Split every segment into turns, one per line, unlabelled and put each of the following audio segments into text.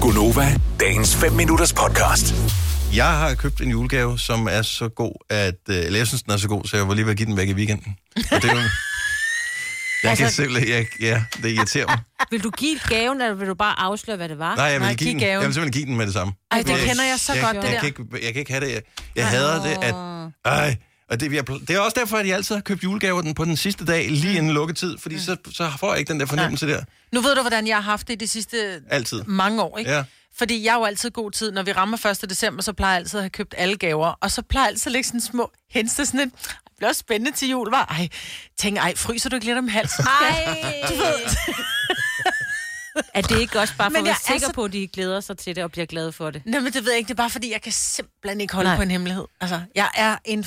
Gunova, dagens 5 minutters podcast.
Jeg har købt en julegave, som er så god, at... øh, Eller jeg synes, den er så god, så jeg var lige ved at give den væk i weekenden. Og det er jo... Jeg kan
Altså-
simpelthen... Jeg, ja, det irriterer mig.
Vil du give gaven, eller vil du bare afsløre, hvad det var?
Nej, jeg vil,
Nej,
give
giv
den.
gaven.
jeg vil simpelthen give den med det samme.
Ej, det
Jeg-
kender jeg så
jeg,
godt,
jeg,
det
jeg
der.
Kan ikke, jeg kan ikke have det. Jeg, jeg hader det, at... Ej, og det, jeg, det er også derfor, at jeg altid har købt julegaver den på den sidste dag, lige inden lukketid, fordi
Mm.
så, så får jeg ikke den der fornemmelse der.
Nu ved du, hvordan jeg har haft det de sidste
Altid.
mange år, ikke?
Ja.
Ja. Fordi jeg er jo altid god tid. Når vi rammer 1. december, så plejer jeg altid at have købt alle gaver. Og så plejer jeg altid at lægge sådan små henste sådan en... Det bliver også spændende til jul, var. Ej, tænk, ej, fryser du ikke lidt om halsen?
Nej. er det ikke også bare for
Men
at
jeg
være
er
sikker
så-
på, at de glæder sig til det og bliver glade for det?
Nej, men det ved jeg ikke. Det er bare fordi, jeg kan simpelthen ikke holde
Nej.
Nej. på en hemmelighed. Altså, jeg er en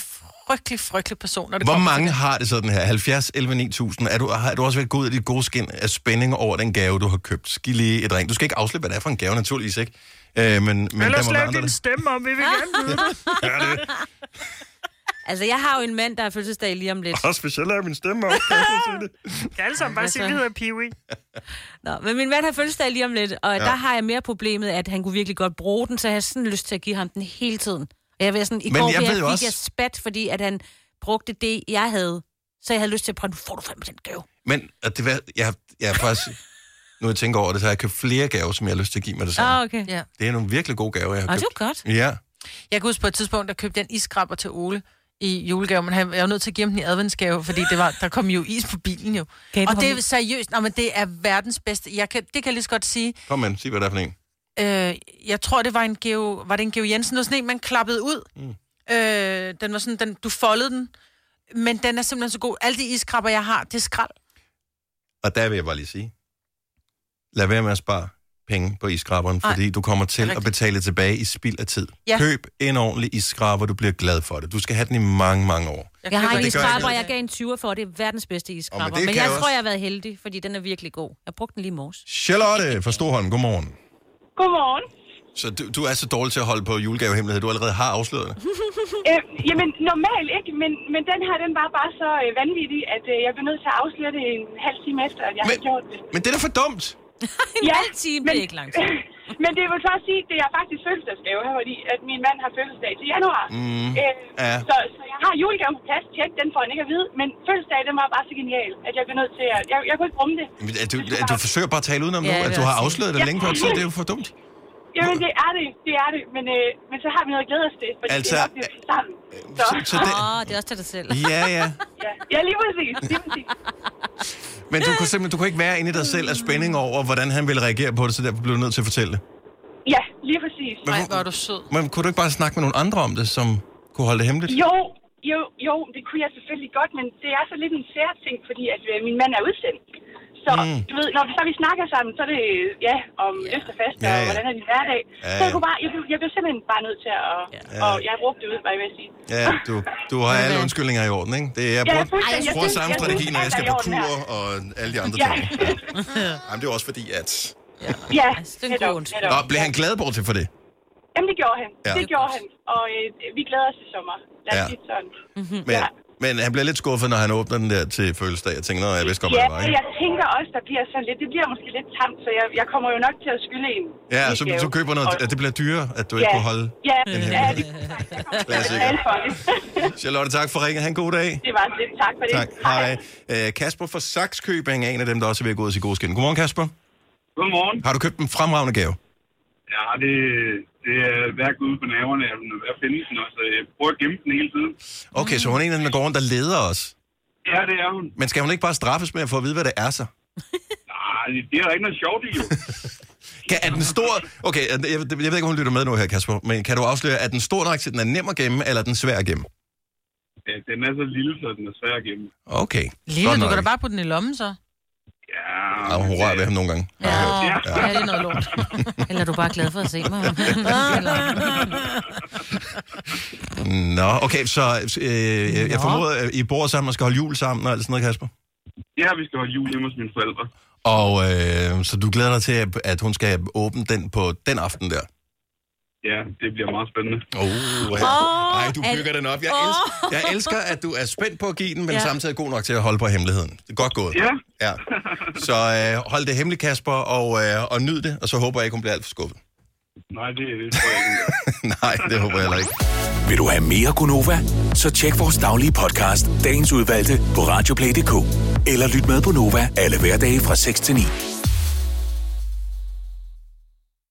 frygtelig, frygtelig person, når det
Hvor
kommer
mange har det sådan her? 70, 11, 9000. Er du, har du også været god i dit gode skin af spænding over den gave, du har købt? Giv lige et ring. Du skal ikke afslippe, hvad det er for en gave, naturligvis ikke. Øh, men, men der må være andre, der-
stemme om, vi vil gerne vide det.
Altså, jeg har jo en mand, der har fødselsdag lige om lidt.
Og specielt er min stemme op. kan jeg så sige det?
Kan alle sammen bare sige,
vi
hedder Peewee.
altså- Nå, men min mand har fødselsdag lige om lidt, og ja. der har jeg mere problemet, at han kunne virkelig godt bruge den, så jeg har sådan lyst til at give ham den hele tiden. Og jeg var sådan, i
Men
går
jeg
jeg
ved
jeg,
jo
fik
også-
jeg spat, fordi at han brugte det, jeg havde. Så jeg havde lyst til at prøve, nu får du fandme den gave.
Men og det, var- jeg, har- jeg er faktisk... Nu jeg tænker over det, så har jeg købt flere gaver, som jeg har lyst til at give mig det samme.
Ah,
Oh.
okay. Ja.
Ja.
Det er nogle virkelig gode gaver, jeg har
Og det
købt.
er jo godt.
Ja.
Jeg kan huske på et tidspunkt, der købte jeg en iskraber til Ole i julegave, men han, jeg var nødt til at give ham den i adventsgave, fordi det var, der kom jo is på bilen jo.
Gav du
og det
ham-
er seriøst, nej, men det er verdens bedste. Jeg kan, det kan jeg lige så godt sige.
Kom med, sig hvad det er for en.
Øh, jeg tror, det var en Geo, var det en Geo Jensen, det var sådan en, man klappede ud. Mm. Øh, den var sådan, den, du foldede den, men den er simpelthen så god. Alle de iskrabber, jeg har, det er skrald.
Og der vil jeg bare lige sige, lad være med at spare penge på iskraberen,
Ej,
fordi du kommer til at
rigtigt.
betale tilbage i spild af tid.
Ja.
Køb en ordentlig iskraber, du bliver glad for det. Du skal have den i mange, mange år.
Jeg har en
køber
det
ikke
gør jeg
iskraber,
ikke.
jeg gav en 20 for, og det er verdens bedste iskraber.
Åh, men
Oh,
det
men, men
kan
jeg
jeg
tror,
også.
jeg har været heldig, fordi den er virkelig god. Jeg brugte den lige i morges.
Charlotte fra Storholm, godmorgen.
Godmorgen.
Så du, du er så dårlig til at holde på julegavehemmelighed, du allerede har afsløret det.
Øh, jamen, normalt ikke, men, men den her, den var bare så øh, vanvittig, at øh, jeg blev nødt til at afsløre det en halv time efter, at jeg havde
Men,
gjort det.
men det er da for dumt.
En ja, halv time, det er ikke lang tid.
men det vil så også sige, at det er faktisk fødselsdagsgave her, fordi at min mand har fødselsdag til januar. Mm, øh,
ja.
så, så jeg har julegaven på plads, tjek, den får han ikke at vide, men fødselsdag, den var bare så genial, at jeg blev nødt til at... Jeg, jeg kunne ikke rumme det.
Men at Du, at du forsøger bare at tale udenom
Ja,
ja,
jeg
nu, at
vil
du har
også sige.
afsløret det
Ja.
længe før tid, det er jo for dumt.
Jamen, det er det, det er det, men, øh, men så har vi noget at glæde os til, fordi
Altså, øh,
det er nok det, vi er sammen. Så,
Så, så det,
Åh, oh, det er også til dig selv.
ja, ja.
ja. ja, lige præcis, lige præcis.
Men du kunne simpelthen du kunne ikke være inde i dig selv af spænding over, hvordan han ville reagere på det, så derfor blev du nødt til at fortælle det.
Ja, lige præcis.
Ej, hvor er du sød.
Men kunne du ikke bare snakke med nogle andre om det, som kunne holde det hemmeligt?
Jo, jo, jo, det kunne jeg selvfølgelig godt, men det er så lidt en sær ting, fordi at øh, min mand er udsendt. Så mm. du ved, når vi, så vi snakker sammen, så er det øh, ja, om yeah. øst og fest,
Ja,
og
ja.
hvordan er din hverdag.
Ja,
Så jeg,
ja.
kunne bare, jeg, blev, jeg blev simpelthen bare nødt til at... Og jeg råbte det ud, var jeg ved at sige.
Ja, du, du har alle undskyldninger i orden, ikke? Det er,
Ja,
jeg bruger,
fuldstændig.
jeg
Jeg
bruger
synes-
samme
jeg
strategi,
synes,
når jeg skal
alt er
på
i orden
kur og alle de andre
Ja.
ting. Ja. Jamen, det er jo også fordi, at...
Ja,
Altså, det er en
netop,
god undskyldning.
Nå,
netop.
blev han glad bort til for det?
Jamen, det gjorde han.
Ja.
Det gjorde han. Og øh, vi glæder os til sommer. Lad os
Ja.
sige det sådan.
Men,
Ja.
men han bliver lidt skuffet, når han åbner den der til fødselsdag. Jeg tænker, nå, jeg vidste godt, hvad
Ja,
det var,
og
ikke?
jeg tænker også, der bliver sådan lidt... Det bliver måske lidt tamt, så jeg, jeg kommer jo nok til at skylde en.
Ja,
i
så
gave.
du køber
Og-
noget, at det bliver dyrere, at du ikke kunne holde.
Ja,
en
ja,
hemmelighed.
det er klart.
Klassiker.
Jeg for det.
Charlotte, tak for ringen. Ha' en god dag.
det var det. Tak for det.
Tak. Hej. Øh, Kasper fra Saxkøbing er en af dem, der også er ved at gå ud til god skin. Godmorgen, Kasper.
Godmorgen.
Har du købt en fremragende gave?
Ja, det, det er værk ude på naverne. Jeg er ved at finde den, og så jeg prøver at gemme den hele tiden.
Okay, så hun er en af dem, der går rundt og leder os.
Ja, det er hun.
Men skal hun ikke bare straffes med at få at vide, hvad det er så?
Nej, Ah, det er der ikke noget sjovt i, jo.
Kan, er den stor... Okay, er den- jeg, jeg ved ikke, om hun lytter med nu her, Kasper, men kan du afsløre, er den stor nok til, at den er nem at gemme, eller er den svær at gemme?
Ja, den er så lille, så den er svær at gemme.
Okay.
Lille, du
nok.
kan da bare putte den i lommen, så.
Ja, øh,
Ja, hun rører ved ham nogle gange.
Ja, ja.
Ja.
det er noget lort.
Eller er du bare glad for at se mig?
Nå, okay, så øh, jeg, jeg
Nå.
formoder, at I bor sammen og skal holde jul sammen og alt sådan noget, Kasper.
ja, vi skal holde jul hjemme hos mine forældre.
Og øh, så du glæder dig til, at- at hun skal åbne den på den aften der?
Ja, det bliver meget spændende.
Oh,
Åh,
Ej, du
er-
bygger den op. Jeg,
Åh.
elsker, jeg elsker, at du er spændt på at give den, men ja.
Ja.
samtidig god nok til at holde på hemmeligheden. Det er godt gået.
Ja.
ja. Så øh, hold det hemmeligt, Kasper, og, øh, og nyd det, og så håber jeg ikke, hun bliver alt for skuffet.
Nej, det, det tror jeg ikke. engang.
Nej, det håber jeg heller ikke.
Vil du have mere Gunova? Så tjek vores daglige podcast, dagens udvalgte, på radioplay.dk. Eller lyt med på Nova alle hverdage fra 6 til 9.